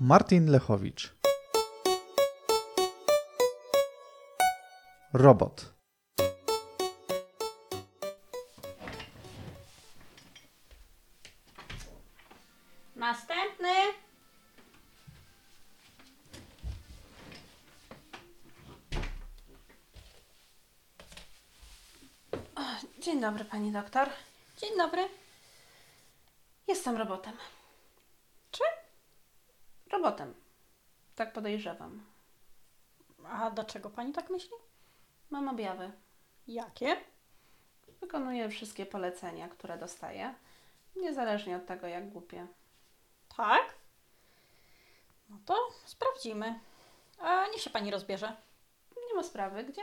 Martin Lechowicz. Robot. Następny. O, Dzień dobry, pani doktor. Dzień dobry. Jestem robotem. Czy? Robotem. Tak podejrzewam. A dlaczego pani tak myśli? Mam objawy. Jakie? Wykonuję wszystkie polecenia, które dostaję, niezależnie od tego, jak głupie. Tak? No to sprawdzimy. A niech się pani rozbierze. Nie ma sprawy, gdzie?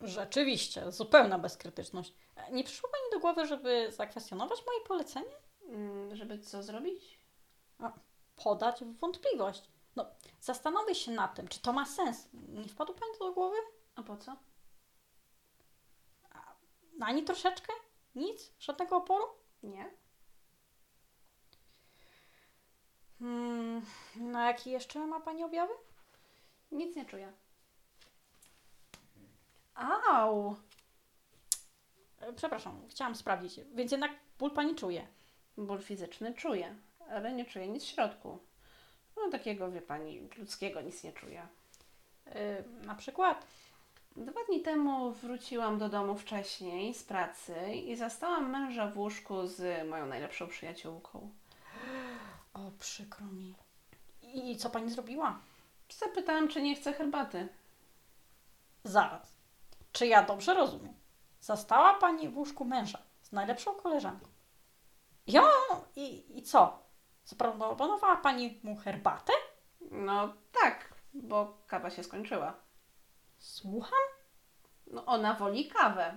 Rzeczywiście, zupełna bezkrytyczność. E, Nie przyszło pani do głowy, żeby zakwestionować moje polecenie? Mm, żeby co zrobić? Podać w wątpliwość. No, zastanowię się nad tym, czy to ma sens. Nie wpadło pani to do głowy? A po co? Ani troszeczkę? Nic? Żadnego oporu? Nie? Hmm, no jakie jeszcze ma pani objawy? Nic nie czuję. Au! E, Przepraszam, chciałam sprawdzić, więc jednak ból pani czuje. Ból fizyczny czuję, ale nie czuję nic w środku. No takiego, wie pani, ludzkiego nic nie czuję. E, na przykład, Dwa dni temu wróciłam do domu wcześniej z pracy i zastałam męża w łóżku z moją najlepszą przyjaciółką. o przykro mi. I co pani zrobiła? Zapytałam, czy nie chce herbaty. Zaraz. Czy ja dobrze rozumiem? Zastała pani w łóżku męża z najlepszą koleżanką. Ja i, i co? Zaproponowała pani mu herbatę? No tak, bo kawa się skończyła. Słucham? No ona woli kawę.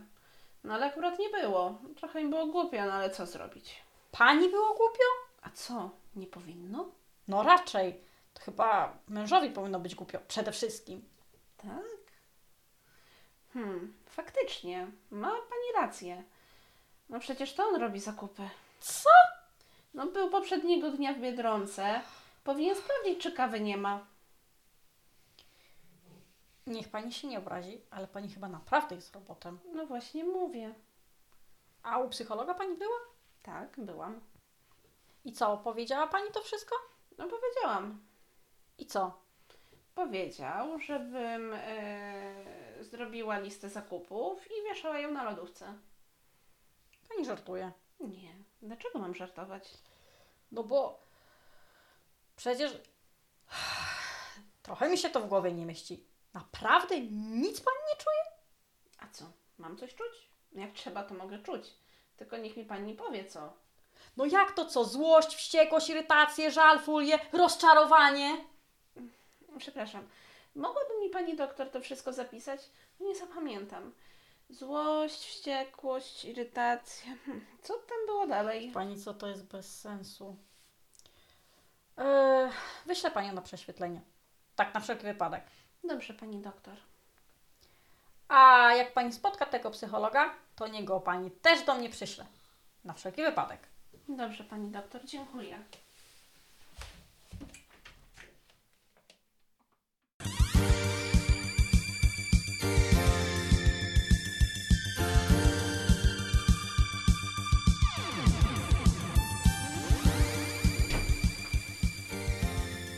No ale akurat nie było. Trochę im było głupio, no ale co zrobić? Pani było głupio? A co, nie powinno? No raczej. To chyba mężowi powinno być głupio. Przede wszystkim. Tak? Hmm, faktycznie, ma pani rację. No przecież to on robi zakupy. Co? No był poprzedniego dnia w Biedronce. Powinien sprawdzić, czy kawy nie ma. Niech pani się nie obrazi, ale pani chyba naprawdę jest robotem. No właśnie mówię. A u psychologa pani była? Tak, byłam. I co, powiedziała pani to wszystko? No powiedziałam. I co? Powiedział, żebym e, zrobiła listę zakupów i wieszała ją na lodówce. Pani żartuje. Nie, dlaczego mam żartować? No bo przecież trochę mi się to w głowie nie mieści. Naprawdę nic pani nie czuje? A co, mam coś czuć? Jak trzeba, to mogę czuć. Tylko niech mi pani powie, co. No jak to co? Złość, wściekłość, irytację, żal, fulię, rozczarowanie? Przepraszam. Mogłaby mi pani doktor to wszystko zapisać? No Nie zapamiętam. Złość, wściekłość, irytacja. Hmm, Co tam było dalej? Pani co, to jest bez sensu. Eee, wyślę panią na prześwietlenie. Tak na wszelki wypadek. Dobrze, pani doktor. A jak pani spotka tego psychologa, to niego pani też do mnie przyśle. Na wszelki wypadek. Dobrze, pani doktor, dziękuję.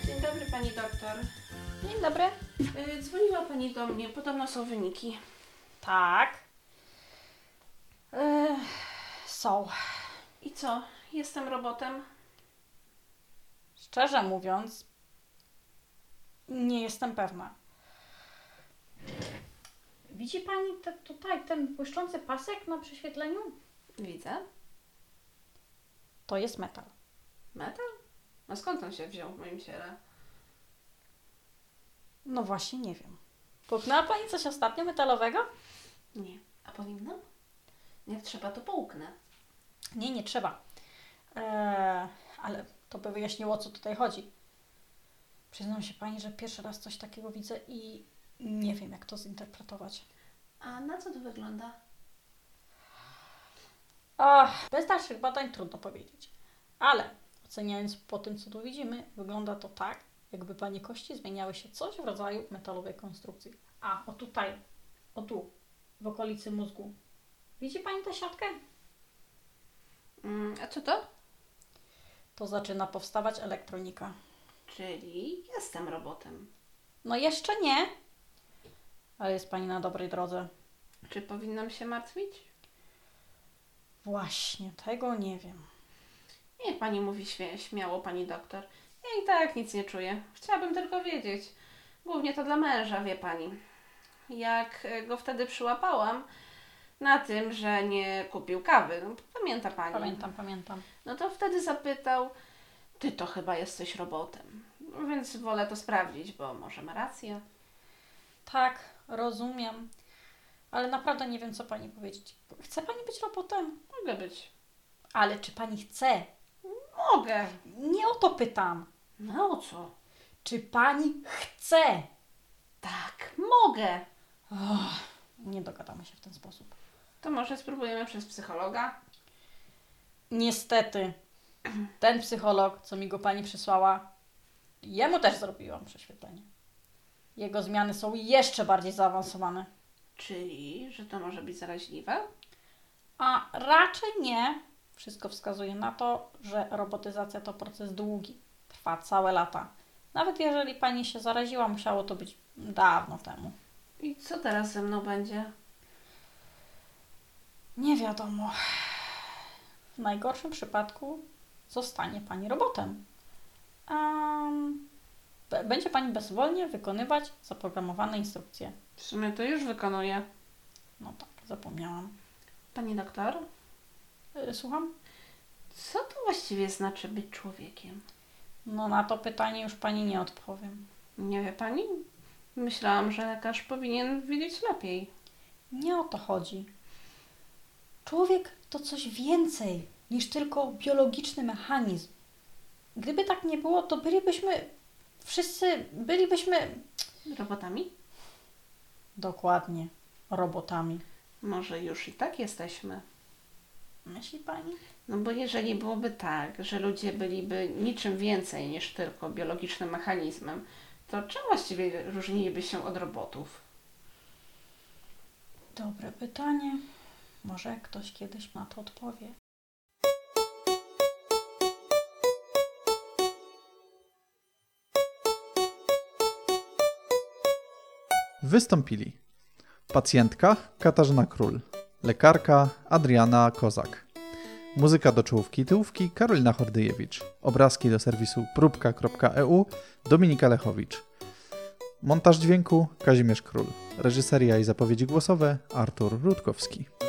Dzień dobry, pani doktor. Dzień dobry. Y, Dzwoniła pani do mnie, podobno są wyniki. Tak. Eee, są. I co? Jestem robotem? Szczerze mówiąc, nie jestem pewna. Widzi pani te, tutaj ten błyszczący pasek na prześwietleniu? Widzę. To jest metal. Metal? No skąd on się wziął w moim ciele? No właśnie, nie wiem. Połknęła pani coś ostatnio metalowego? Nie. A powinnam? Jak trzeba, to połknę. Nie, nie trzeba. Eee, ale to by wyjaśniło, o co tutaj chodzi. Przyznam się pani, że pierwszy raz coś takiego widzę i nie wiem, jak to zinterpretować. A na co to wygląda? Ach, bez dalszych badań trudno powiedzieć. tak Ale Oceniając po tym, co tu widzimy, wygląda to tak, jakby pani kości zmieniały się coś w rodzaju metalowej konstrukcji. A, o tutaj, o tu, w okolicy mózgu. Widzi pani tę siatkę? Mm, a co to? To zaczyna powstawać elektronika. Czyli jestem robotem. No jeszcze nie, ale jest pani na dobrej drodze. Czy powinnam się martwić? Właśnie, tego nie wiem. Niech pani mówi śmie- śmiało, pani doktor. Ja i tak nic nie czuję. Chciałabym tylko wiedzieć. Głównie to dla męża, wie pani. Jak e, go wtedy przyłapałam na tym, że nie kupił kawy. No, pamięta pani. Pamiętam, pamiętam. No to wtedy zapytał, ty to chyba jesteś robotem. No Więc wolę to sprawdzić, bo może ma rację. Tak, rozumiem, ale naprawdę nie wiem, co pani powiedzieć. Chce pani być robotem? Mogę być. Ale czy pani chce? Mogę. Nie o to pytam. No o co? Czy pani chce? Tak, mogę. Och, nie dogadamy się w ten sposób. To może spróbujemy przez psychologa? Niestety, ten psycholog, co mi go pani przysłała, jemu też zrobiłam prześwietlenie. Jego zmiany są jeszcze bardziej zaawansowane. Czyli, że to może być zaraźliwe? A raczej nie. Wszystko wskazuje na to, że robotyzacja to proces długi. Trwa całe lata. Nawet jeżeli pani się zaraziła, musiało to być dawno temu. I co teraz ze mną będzie? Nie wiadomo. W najgorszym przypadku zostanie pani robotem. Em, b- będzie pani bezwolnie wykonywać zaprogramowane instrukcje. W sumie to już wykonuję. No tak, zapomniałam. Pani doktor, Y, Słucham? co to właściwie znaczy być człowiekiem? No na to pytanie już pani nie odpowiem. Nie wie pani? Myślałam, że lekarz powinien wiedzieć lepiej. Nie o to chodzi. Człowiek to coś więcej niż tylko biologiczny mechanizm. Gdyby tak nie było, to bylibyśmy wszyscy, bylibyśmy Robotami? dokładnie robotami. Może już i tak jesteśmy. Myśli pani? No bo jeżeli byłoby tak, że ludzie byliby niczym więcej niż tylko biologicznym mechanizmem, to czym właściwie różniliby się od robotów? Dobre pytanie. Może ktoś kiedyś na to odpowie. Wystąpili pacjentka Katarzyna Król, lekarka Adriana Kozak, muzyka do czołówki i tyłówki Karolina Hordyjewicz, obrazki do serwisu próbka.eu Dominika Lechowicz, montaż dźwięku Kazimierz Król, reżyseria i zapowiedzi głosowe Artur Rutkowski.